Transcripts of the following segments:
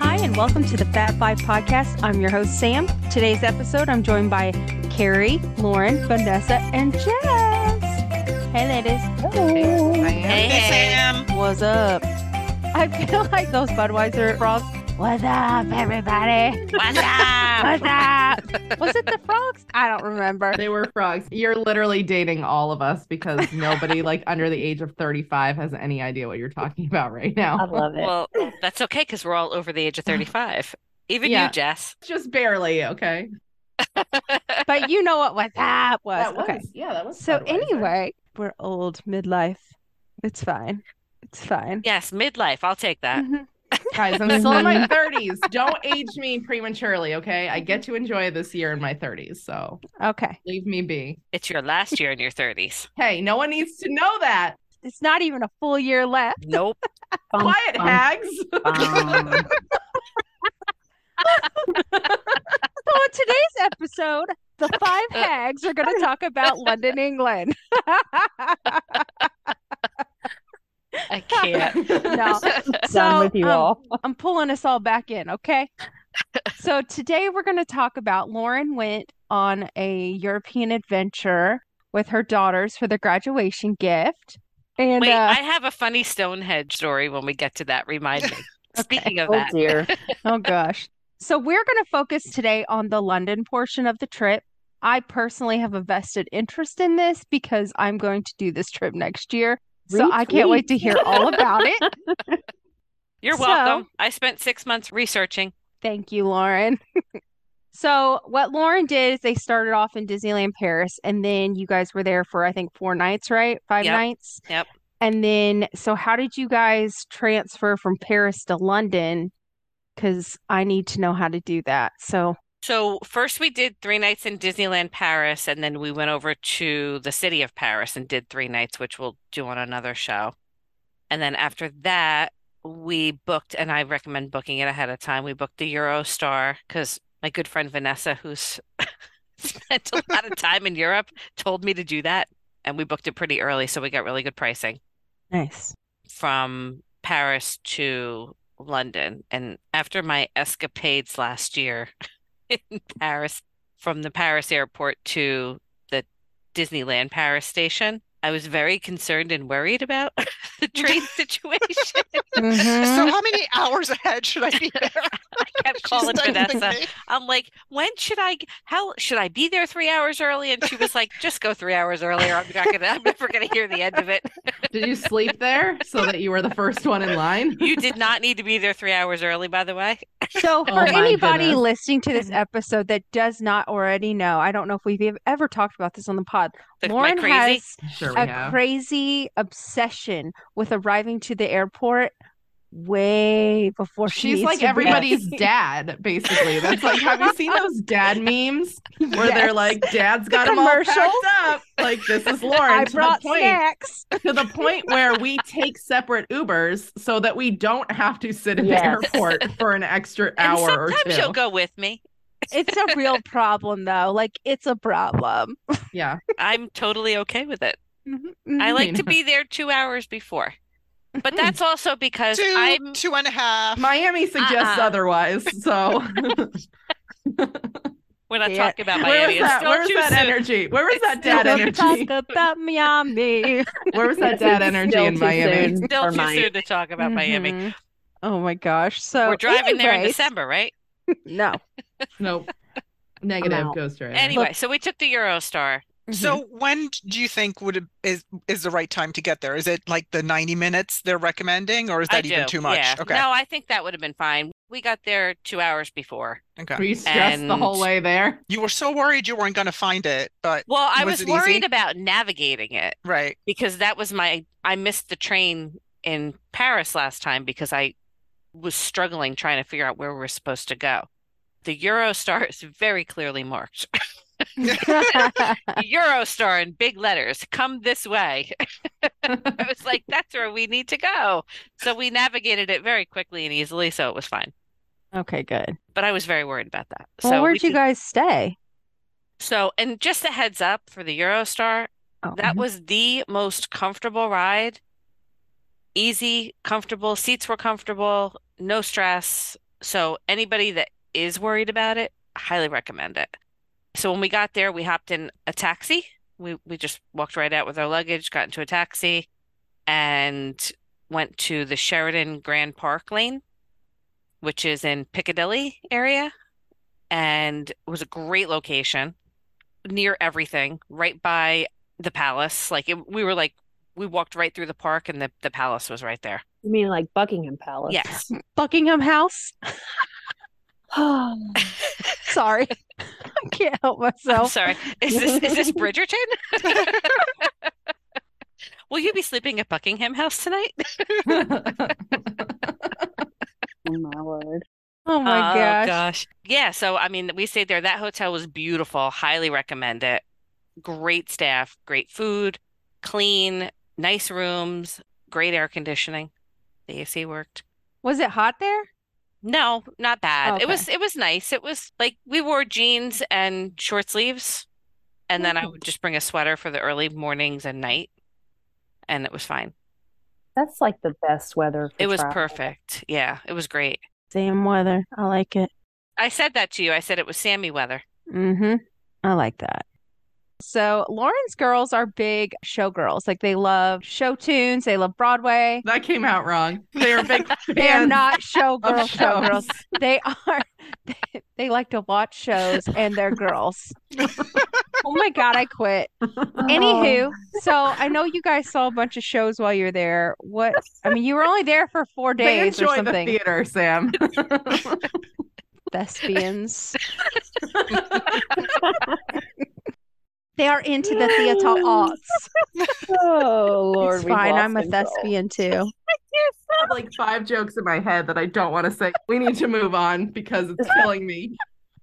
Hi, and welcome to the Fat Five Podcast. I'm your host, Sam. Today's episode, I'm joined by Carrie, Lauren, Vanessa, and Jess. Hey, ladies. I am. Sam. What's up? I feel like those Budweiser frogs. What's up, everybody? What's up? What's up? Was it the frogs? I don't remember. They were frogs. You're literally dating all of us because nobody like under the age of 35 has any idea what you're talking about right Uh, now. love well, that's okay because we're all over the age of 35. Even Yeah. you, Jess. Just barely, okay? But you know what what's up was. That was, Okay. yeah, that was. So, Budweiser. anyway, we're old, midlife. It's fine. It's fine. Yes, midlife. I'll take that. Mhm. guys, I'm still in Um, my 30s. Don't age me prematurely, okay? I get to enjoy this year in my 30s, so Okay. leave me be. It's your last year in your 30s. Hey, no one needs to know that. It's not even a full year left. Nope. Quiet hags. Um, So on today's episode, the five Uh, hags are going to talk about London, England. I can't. no, Done So, with you um, all. I'm pulling us all back in, okay? so today we're going to talk about Lauren went on a European adventure with her daughters for the graduation gift. And Wait, uh, I have a funny Stonehenge story when we get to that. Remind me. Speaking of Oh that, dear. oh gosh. So we're going to focus today on the London portion of the trip. I personally have a vested interest in this because I'm going to do this trip next year. So I can't wait to hear all about it. you're So- welcome. I spent six months researching. Thank you, Lauren. so, what Lauren did is they started off in Disneyland Paris, and then you guys were there for, I think, four nights, right? Five Yep, nights? yep. And then, so how did you guys transfer from Paris to London? Because I need to know how to do that. So, So first we did three nights in Disneyland Paris, and then we went over to the city of Paris and did three nights, which we'll do on another show. And then after that, we booked, and I recommend booking it ahead of time. We booked the Eurostar because my good friend Vanessa, who's spent a lot of time in Europe, told me to do that, and we booked it pretty early, so we got really good pricing nice. from Paris to London. And after my escapades last year in Paris, from the Paris airport to the Disneyland Paris station, I was very concerned and worried about the train situation. Mm-hmm. So how many hours ahead should I be there? I kept She's calling texting Vanessa. me. I'm like, when should I, how should I be there three hours early? And she was like, just go three hours earlier. I'm not gonna, I'm never gonna hear the end of it. Did you sleep there so that you were the first one in line? You did not need to be there three hours early, by the way. So, for Oh my anybody goodness. listening to this episode that does not already know, I don't know if we've ever talked about this on the pod. Am I Lauren crazy? has Sure we a have. crazy obsession with arriving to the airport way before she She's needs like to be. everybody's dad, basically. That's like, have you seen those dad memes where they're Yes. like, "Dad's got The them all packed commercial. up." Like this is Lauren I to the brought point snacks. to the point where we take separate Ubers so that we don't have to sit in Yes. the airport for an extra And hour or sometimes 2 you'll go with me. It's a real problem though. Like it's a problem. yeah, I'm totally okay with it. Mm-hmm. I Mhm. like to Mhm. be there two hours before. But that's also because 2 I'm two and a half. Miami suggests Uh-uh. otherwise. So we're not Yeah. talking about where Miami. was It's that? still Where was too that soon. energy? Where was that It's dad Don't energy? talk about Miami. Where was that dad It's energy still in too Miami? soon Still for too mine. soon to talk about Mm-hmm. Miami. Mhm. Oh my gosh. So We're driving there in anyways- December, right? No. Nope. Negative. out. Go straight. Anyway, so we took the Eurostar. Mm-hmm. Mhm. So when do you think would it- is is the right time to get there? Is it like the 90 minutes they're recommending, or is I that even do, too much? yeah. Okay. No, I think that would have been fine. We got there two hours before. Okay. were you stressed the whole And- way there? You were so worried you weren't going to find it, but Well, I Was it was worried easy? about navigating it right. because that was my, I missed the train in Paris last time because I was struggling trying to figure out where we were supposed to go. The Eurostar is very clearly marked. Eurostar in big letters, come this way. I was like, that's where we need to go. So we navigated it very quickly and easily, so it was fine. okay, good. But I was very worried about that. Well, So where'd we you did- guys stay? So, and just a heads up for the Eurostar, Oh, that was the most comfortable ride easy, comfortable. Seats were comfortable, no stress. So anybody that is worried about it, highly recommend it. So when we got there, we hopped in a taxi. We we just walked right out with our luggage, got into a taxi, and went to the Sheridan Grand Park Lane, which is in Piccadilly area, and it was a great location near everything, right by the palace. Like it, we were like we walked right through the park, and the the palace was right there. You mean like Buckingham Palace? Yes. Buckingham House. Yeah. Sorry. I can't help I'm myself. sorry. Is this is this Bridgerton? Will you be sleeping at Buckingham House tonight? oh my word. Oh my Oh, gosh. gosh. Yeah, so I mean, we stayed there. That hotel was beautiful. Highly recommend it. Great staff, great food, clean, nice rooms, great air conditioning. The AC worked. Was it hot there? No, not bad. It Okay. was it was nice. It was like we wore jeans and short sleeves, and then I would just bring a sweater for the early mornings and night, and it was fine. That's like the best weather for It was travel. perfect. Yeah, it was great. Same weather. I like it. I said that to you. I said it was Sammy weather. Mm-hmm. I like that. So Lauren's girls are big showgirls. Like they love show tunes. They love Broadway. that came out wrong. They are big They are fans not of showgirls. Showgirls. shows. They are. They, they like to watch shows, and they're girls. oh my god, I quit. Oh. Anywho, so I know you guys saw a bunch of shows while you were there. What? I mean, you were only there for four They days or enjoy the something. theater, Sam. Thespians. They are into the theater arts. Oh Lord, it's we've fine. I'm a lost control. thespian too. have, like five jokes in my head that I don't want to say. We need to move on because it's killing me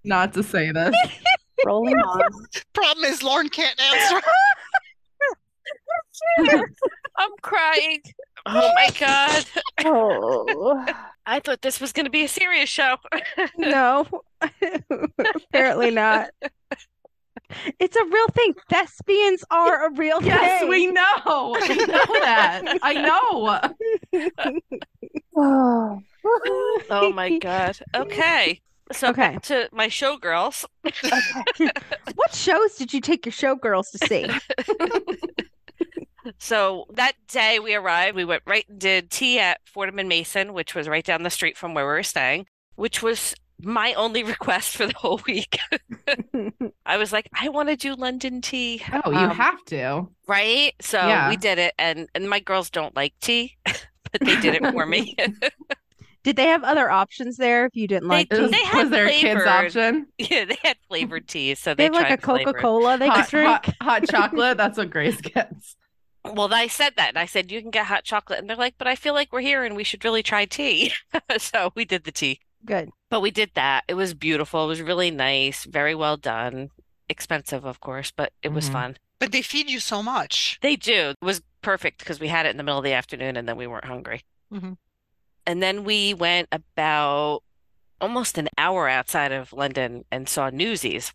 not to say this. Rolling on. Problem is, Lauren can't answer. I'm crying. Oh my God. Oh. I thought this was going to be a serious show. No, apparently not. It's a real thing. Thespians are a real Yes, thing. we know. We know that. I know. Oh. Oh my God. Okay. So Okay. back to my showgirls. What shows did you take your showgirls to see? So that day we arrived, we went right and did tea at Fordham and Mason, which was right down the street from where we were staying, which was my only request for the whole week. I was like, I want to do London tea. Oh, you Um, have to. Right? So Yeah. we did it and and my girls don't like tea, but they did it for me. Did they have other options there if you didn't like They- tea? Is- they had was there a kids flavored- option? Yeah, they had flavored teas, so They they have like a tried flavored. Coca Cola they could Hot, drink. hot, hot chocolate. That's what Grace gets. Well, I said that, and I said you can get hot chocolate, and they're like, "But I feel like we're here, and we should really try tea." So we did the tea, Good. but we did that. It was beautiful. It was really nice, very well done. Expensive, of course, but it was Mhm. fun. But they feed you so much. They do. It was perfect because we had it in the middle of the afternoon, and then we weren't hungry. Mhm. And then we went about almost an hour outside of London and saw Newsies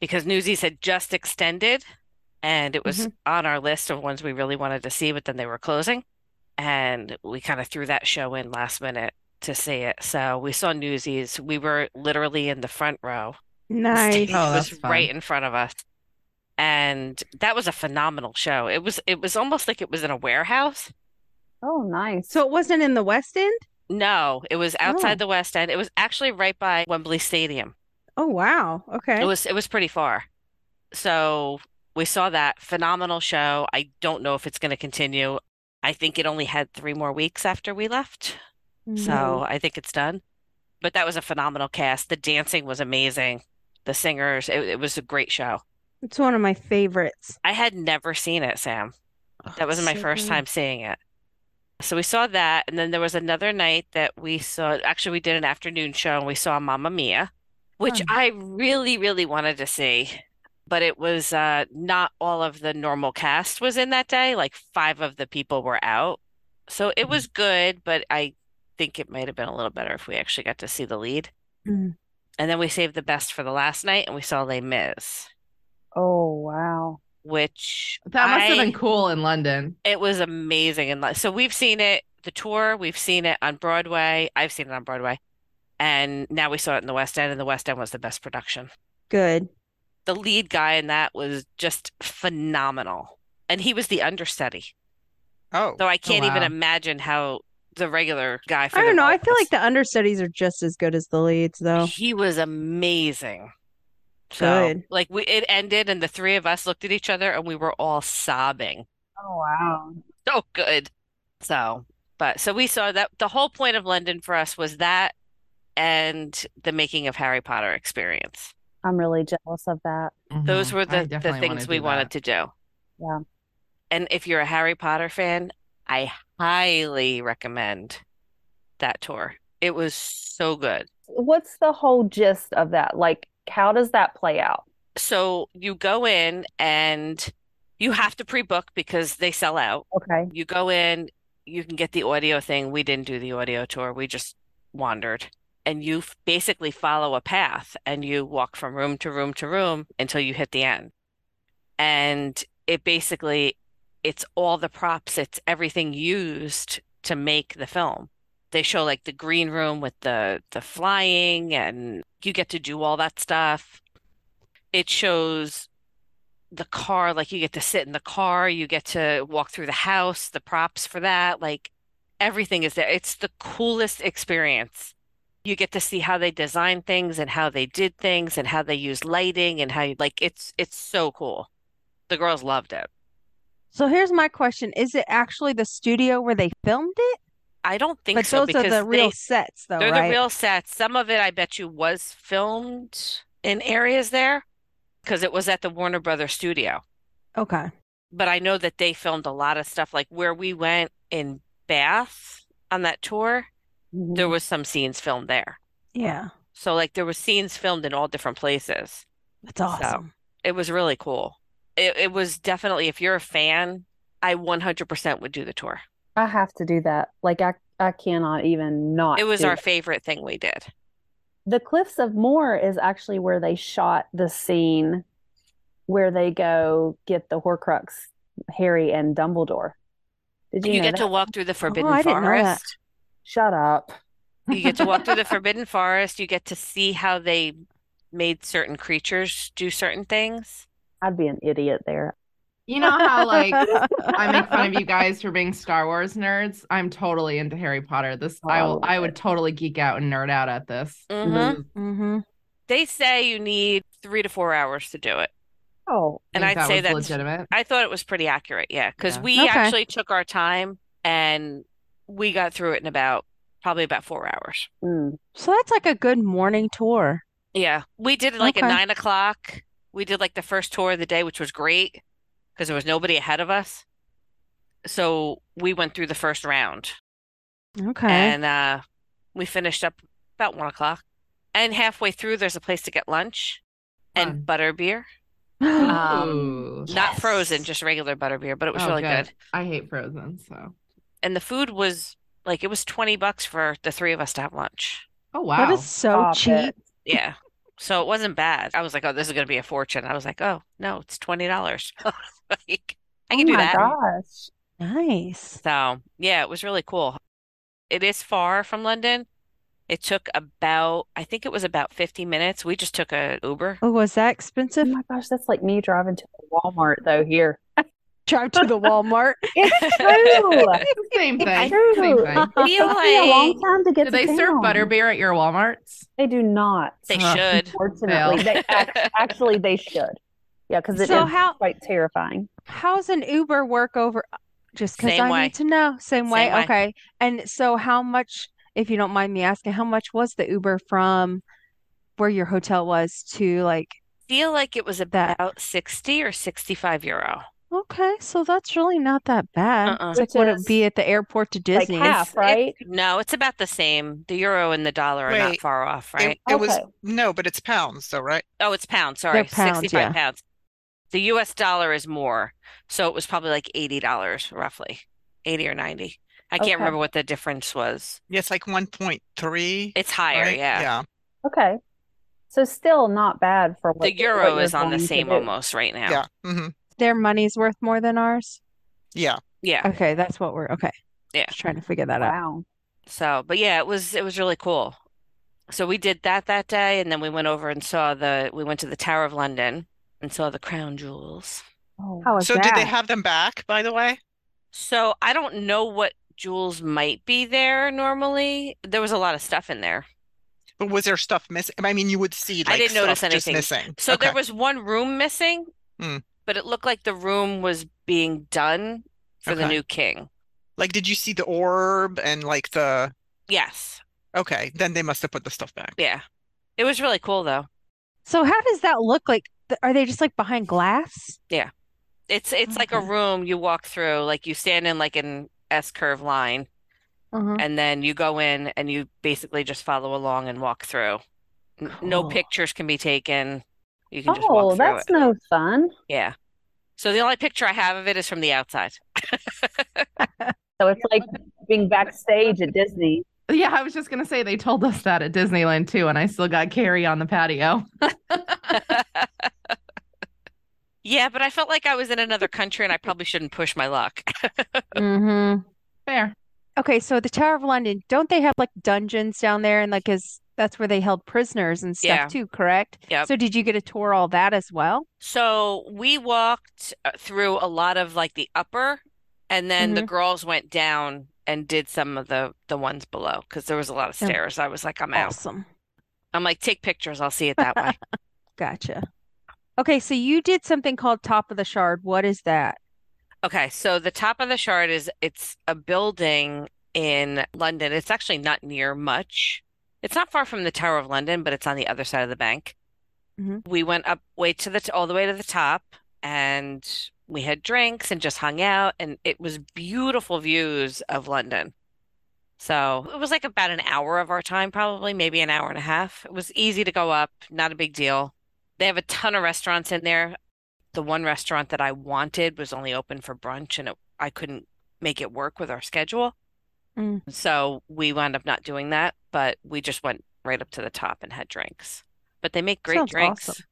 because Newsies had just extended and it was on our list of ones we really wanted to see, but then they were closing. And we kind of threw that show in last minute to see it. So we saw Newsies. We were literally in the front row. Nice. It Oh, was that's right fun. in front of us. And that was a phenomenal show. It was it was almost like it was in a warehouse. Oh, nice. So it wasn't in the West End? No, it was Oh. outside the West End. It was actually right by Wembley Stadium. Oh wow. Okay. It was it was pretty far. So we saw that phenomenal show. I don't know if it's going to continue. I think it only had three more weeks after we left. Mm-hmm. So I think it's done. But that was a phenomenal cast. The dancing was amazing. The singers, it, it was a great show. it's one of my favorites. I had never seen it, Sam. Oh, That was my first time seeing it. So we saw that, and then there was another night that we saw, actually, we did an afternoon show and we saw Mamma Mia, which Fun. I really, really wanted to see, but it was uh, not all of the normal cast was in that day. Like five of the people were out. So Mm-hmm. it was good, but I think it might have been a little better if we actually got to see the lead. Mm-hmm. Mm. And then we saved the best for the last night and we saw Les Mis, Oh, wow. which That must have I been cool in London. It was amazing and like so we've seen it the tour. We've seen it on Broadway. I've seen it on Broadway. And now we saw it in the West End, and the West End was the best production. Good. The lead guy in that was just phenomenal. And he was the understudy. Oh, So I can't even wow. imagine how the regular guy for I the don't know. I role feel was. like the understudies are just as good as the leads, though. He was amazing. So, Good. like we it ended and the three of us looked at each other and we were all sobbing. Oh, wow. So good. So, but so we saw that the whole point of London for us was that and the making of Harry Potter experience. I'm really jealous of that. Mm, Mm-hmm. Those were the the things we wanted to. to do. Yeah. And if you're a Harry Potter fan, I highly recommend that tour. It was so good. What's the whole gist of that? Like, how does that play out? So you go in and you have to pre-book because they sell out. Okay. You go in, you can get the audio thing. We didn't do the audio tour. We just wandered. And you f- basically follow a path and you walk from room to room to room until you hit the end. And it basically, it's all the props, it's everything used to make the film. They show like the green room with the the flying and you get to do all that stuff. It shows the car, like you get to sit in the car, you get to walk through the house, the props for that, like everything is there. It's the coolest experience. You get to see how they design things and how they did things and how they use lighting and how you like it's it's so cool. The girls loved it. So here's my question: Is it actually the studio where they filmed it? I don't think But so those are because the real they sets, though, they're the right? real sets. Some of it I bet you was filmed in areas there because it was at the Warner Brothers studio. Okay. but I know that they filmed a lot of stuff like where we went in Bath on that tour, there Mm-hmm. Mm-hmm. was some scenes filmed there. Yeah, So like there were scenes filmed in all different places. that's awesome. It was really cool. It it was definitely if you're a fan, I 100% would do the tour. I have to do that. Like, I, I cannot even not It was do our that. favorite thing we did. The Cliffs of Moher is actually where they shot the scene where they go get the Horcrux, Harry and Dumbledore. Did you You know get to that? walk through the Forbidden Oh, I didn't know that. Forest. Shut up. You get to walk through the Forbidden Forest. You get to see how they made certain creatures do certain things. I'd be an idiot there. You know how like I make fun of you guys for being Star Wars nerds. I'm totally into Harry Potter. This I Oh, will I would totally geek out and nerd out at this. Mhm. This is- Mm-hmm. They say you need three to four hours to do it. Oh, And think I'd say was that's legitimate. I thought it was pretty accurate, yeah, because Yeah. we Okay. actually took our time and we got through it in about probably about four hours. mm. So that's like a good morning tour. Yeah, we did it like at Okay. nine o'clock. We did like the first tour of the day, which was great because there was nobody ahead of us. So we went through the first round Okay. and uh, we finished up about one o'clock. And halfway through, there's a place to get lunch and butterbeer. um, Ooh. Not frozen, Yes. just regular butterbeer, but it was Oh, really good. good. I hate Frozen, so. and the food was like it was 20 bucks for the three of us to have lunch. Oh That wow. is so Stop cheap. it. Yeah. So it wasn't bad. I was like, oh, this is going to be a fortune. I was like, oh, no, it's $20. Like, I can Oh do my that. gosh. Nice. So, yeah, it was really cool. It is far from London. It took about, I think it was about 50 minutes. We just took a Uber. Oh, was that Oh expensive? my gosh, that's like me driving to a Walmart though here. Drive to the Walmart. It's true. Same It's thing. Same true. thing. It took me a long like- time to get Do to they serve town. butterbeer at your Walmarts? They do not. They Uh, should. Fortunately, they act- actually they should. Yeah, because it is So how quite terrifying. how's an Uber work over? Just because Same I way. need to know. Same way. Same way. Okay. And so, how much, if you don't mind me asking, how much was the Uber from where your hotel was to like? Feel like it was That- about 60 or 65 euro. Okay, so that's really not that bad. Uh-uh. It's like Which what it is would be at the airport to Like Disney. half, right? No, it's about the same. The euro and the dollar are not Wait. far off, It, right? it was Okay. no, but it's pounds though, right? Oh, it's pounds. Sorry, pounds, 65 yeah. pounds. The US dollar is more. So it was probably like $80 roughly, 80 or 90. I can't Okay. remember what the difference was. Yeah, it's like 1.3, It's higher, right? yeah. Okay. So still not bad for what The euro what is you're on the going to same do. almost right now. Yeah. hmm Their money's worth more than ours. Yeah. Yeah. Okay, that's what we're okay. Just trying to figure that out. Wow. So, but yeah, it was it was really cool. So we did that that day, and then we went over and saw the we went to the Tower of London and saw the crown jewels. Oh, How was So that? did they have them back, by the way? So I don't know what jewels might be there normally. There was a lot of stuff in there. But was there stuff missing? I mean, you would see I like didn't notice stuff just anything. missing. So there Okay. was one room missing, Hmm. but it looked like the room was being done for the Okay. new king. Like, did you see the orb and like the? Yes. Okay, then they must have put the stuff back. Yeah. It was really cool though. So how does that look like? th- Are they just like behind glass? It's it's like a Okay. room you walk through, like you stand in like an S curve line, Uh-huh. and then you go in and you basically just follow along and walk through. N- No Cool. pictures can be taken. You can just walk oh through that's it. no fun. Yeah. So the only picture I have of it is from the outside. So it's like being backstage at Disney. Yeah, I was just gonna say they told us that at Disneyland too, and I still got Carrie on the patio. Yeah, but I felt like I was in another country and I probably shouldn't push my luck. Mm-hmm. Fair. Okay, so the Tower of London, don't they have like dungeons down there and like is that's where they held prisoners and stuff Yeah. too, correct? Yep. So did you get to tour all that as well? So we walked uh, through a lot of like the upper, and then the girls went down and did some of the the ones below because there was a lot of Yeah. stairs. I was like, I'm out. Awesome. I'm like, take pictures. I'll see it that way. Gotcha. Okay, so you did something called Top of the Shard. What is that? Okay, so the top of the Shard is it's a building in London. It's actually not near much. It's not far from the Tower of London, but it's on the other side of the bank. Mhm. We went up way to the t- all the way to the top, and we had drinks and just hung out, and it was beautiful views of London. So it was like about an hour of our time, probably maybe an hour and a half. It was easy to go up, not a big deal. They have a ton of restaurants in there the one restaurant that I wanted was only open for brunch and it, I couldn't make it work with our schedule. Mm. So we wound up not doing that, but we just went right up to the top and had drinks. But they make great Sounds drinks. awesome.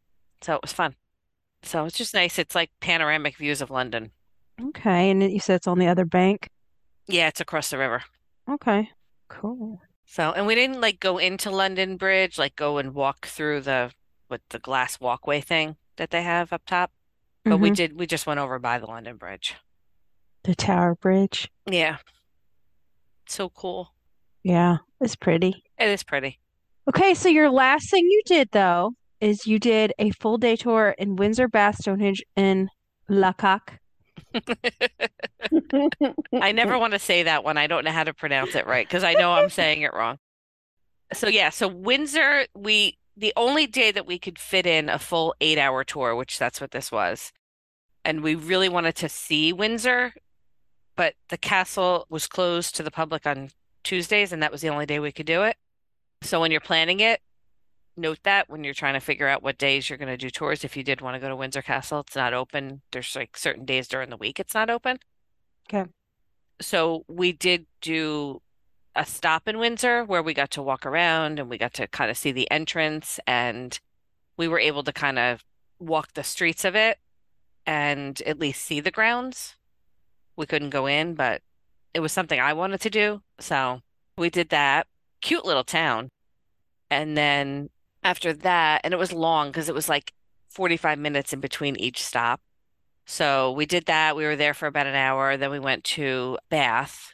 So it was fun. So it's just nice. It's like panoramic views of London. Okay, and you said it's on the other bank. Yeah, it's across the river. Okay, cool. So, and we didn't like go into London Bridge, like go and walk through the with the glass walkway thing that they have up top. But we Mhm. did, we just went over by the London Bridge. Mm-hmm. The Tower Bridge. Yeah. So cool. Yeah, it's pretty. It is pretty. Okay, so your last thing you did though is you did a full day tour in Windsor Bath, Stonehenge, and Lacock. Oh I never want to say that one. I don't know how to pronounce it right because I know I'm saying it wrong. So yeah, so Windsor, we the only day that we could fit in a full eight hour tour, which that's what this was, and we really wanted to see Windsor, but the castle was closed to the public on Tuesdays, and that was the only day we could do it. So when you're planning it, note that when you're trying to figure out what days you're going to do tours, if you did want to go to Windsor Castle, it's not open. There's like certain days during the week it's not open. Okay. So we did do a stop in Windsor where we got to walk around and we got to kind of see the entrance and we were able to kind of walk the streets of it and at least see the grounds. We couldn't go in, but it was something I wanted to do. So we did that. Cute little town. And then after that, and it was long because it was like 45 minutes in between each stop. So we did that. We were there for about an hour. Then we went to Bath,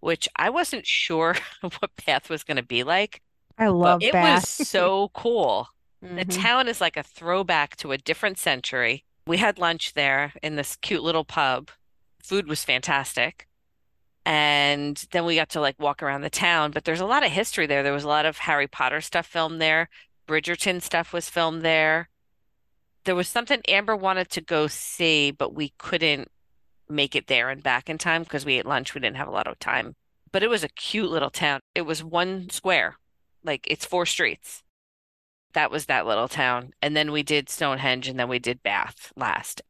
which I wasn't sure what Bath was going to be like, I but love it was Bath. so cool. The Mhm. town is like a throwback to a different century. We had lunch there in this cute little pub. Food was fantastic. And then we got to like walk around the town, but there's a lot of history there. There was a lot of Harry Potter stuff filmed there. Bridgerton stuff was filmed there. There was something Amber wanted to go see, but we couldn't make it there and back in time because we ate lunch. We didn't have a lot of time. But it was a cute little town. It was one square, like it's four streets that was that little town. And then we did Stonehenge and then we did Bath last.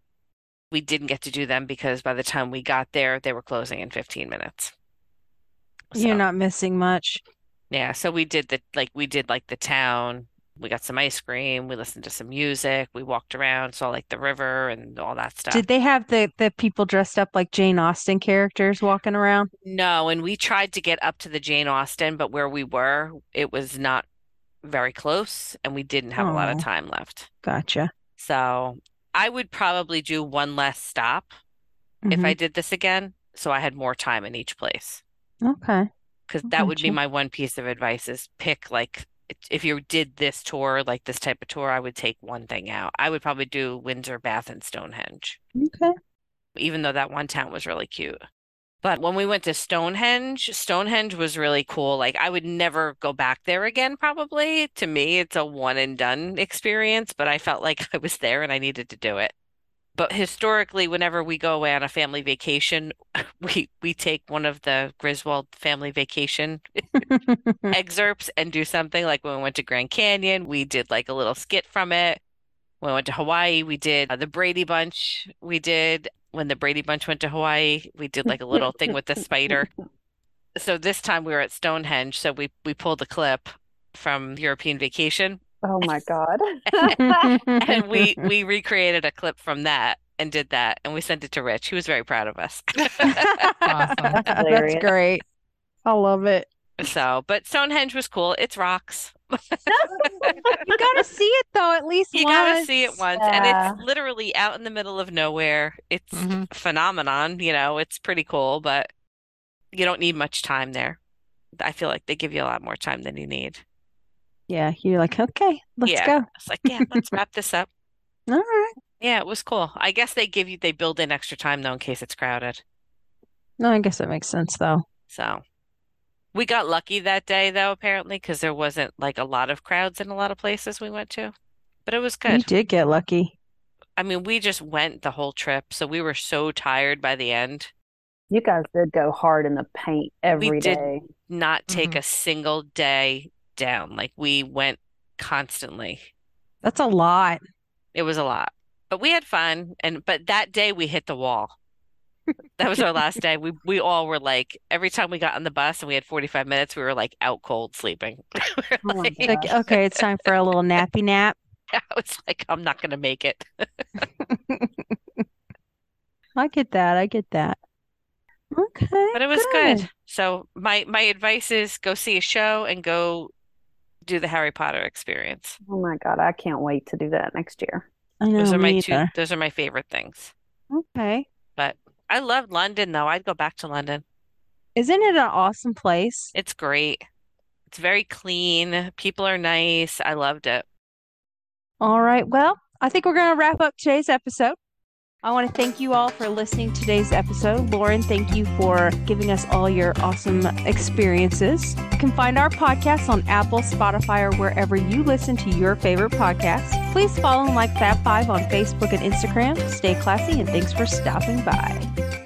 We didn't get to do them because by the time we got there, they were closing in 15 minutes. You're So, not missing much. yeah, so we did the like we did like the town We got some ice cream. We listened to some music. We walked around, saw like the river and all that stuff. Did they have the the people dressed up like Jane Austen characters walking around? No, and we tried to get up to the Jane Austen, but where we were, it was not very close, and we didn't have a lot of Oh. time left. Gotcha. So I would probably do one less stop if Mhm. Mm-hmm. I did this again, so I had more time in each place. okay. Because that would be Gotcha. my one piece of advice is pick like if you did this tour, like this type of tour, I would take one thing out. I would probably do Windsor, Bath, and Stonehenge. Okay. even though that one town was really cute. But when we went to Stonehenge, Stonehenge was really cool. Like I would never go back there again, probably. To me, it's a one and done experience, but I felt like I was there and I needed to do it. But historically, whenever we go away on a family vacation, we we take one of the Griswold family vacation excerpts and do something like when we went to Grand Canyon, we did like a little skit from it. When we went to Hawaii, we did uh, the Brady Bunch. We did when the Brady Bunch went to Hawaii, we did like a little thing with the spider. So this time we were at Stonehenge, so we we pulled a clip from European Vacation Oh my god. and we we recreated a clip from that and did that and we sent it to Rich. He was very proud of us. That's Hilarious. great. I love it. So, but Stonehenge was cool. It's rocks. you gotta see it though, at least You gotta see it once. once, Yeah. and it's literally out in the middle of nowhere. It's Mhm. a phenomenon, you know, it's pretty cool, but you don't need much time there. I feel like they give you a lot more time than you need. Yeah. You're like, okay, let's Yeah. go. It's like, yeah, let's wrap this up. All right. Yeah, it was cool. I guess they give you they build in extra time though in case it's crowded. No, I guess that makes sense though. So we got lucky that day though, apparently, because there wasn't like a lot of crowds in a lot of places we went to. But it was You good. did get lucky. I mean, we just went the whole trip, so we were so tired by the end. You guys did go hard in the paint every did. day. not take Mm-hmm. Mhm. a single day down. Like we went constantly. That's a lot. It was a lot, but we had fun. And but that day we hit the wall. That was our last day. We we all were like every time we got on the bus and we had 45 minutes, we were like out cold sleeping. We were Oh my like, God. Like, okay, it's time for a little nappy nap. I was like, I'm not gonna make it. I get that. I get that. Okay. But it was good. So my my advice is go see a show and go do the Harry Potter experience. Oh my god, I can't wait to do that next year. I know. Those are me my two, either. those are my favorite things. Okay. I love London though. I'd go back to London. Isn't it an awesome place? It's great. It's very clean. People are nice. I loved it. All right. Well, I think we're going to wrap up today's episode. I want to thank you all for listening to today's episode. Lauren, thank you for giving us all your awesome experiences. You can find our podcast on Apple, Spotify, or wherever you listen to your favorite podcast. Please follow and like Fab Five on Facebook and Instagram. Stay classy, and thanks for stopping by.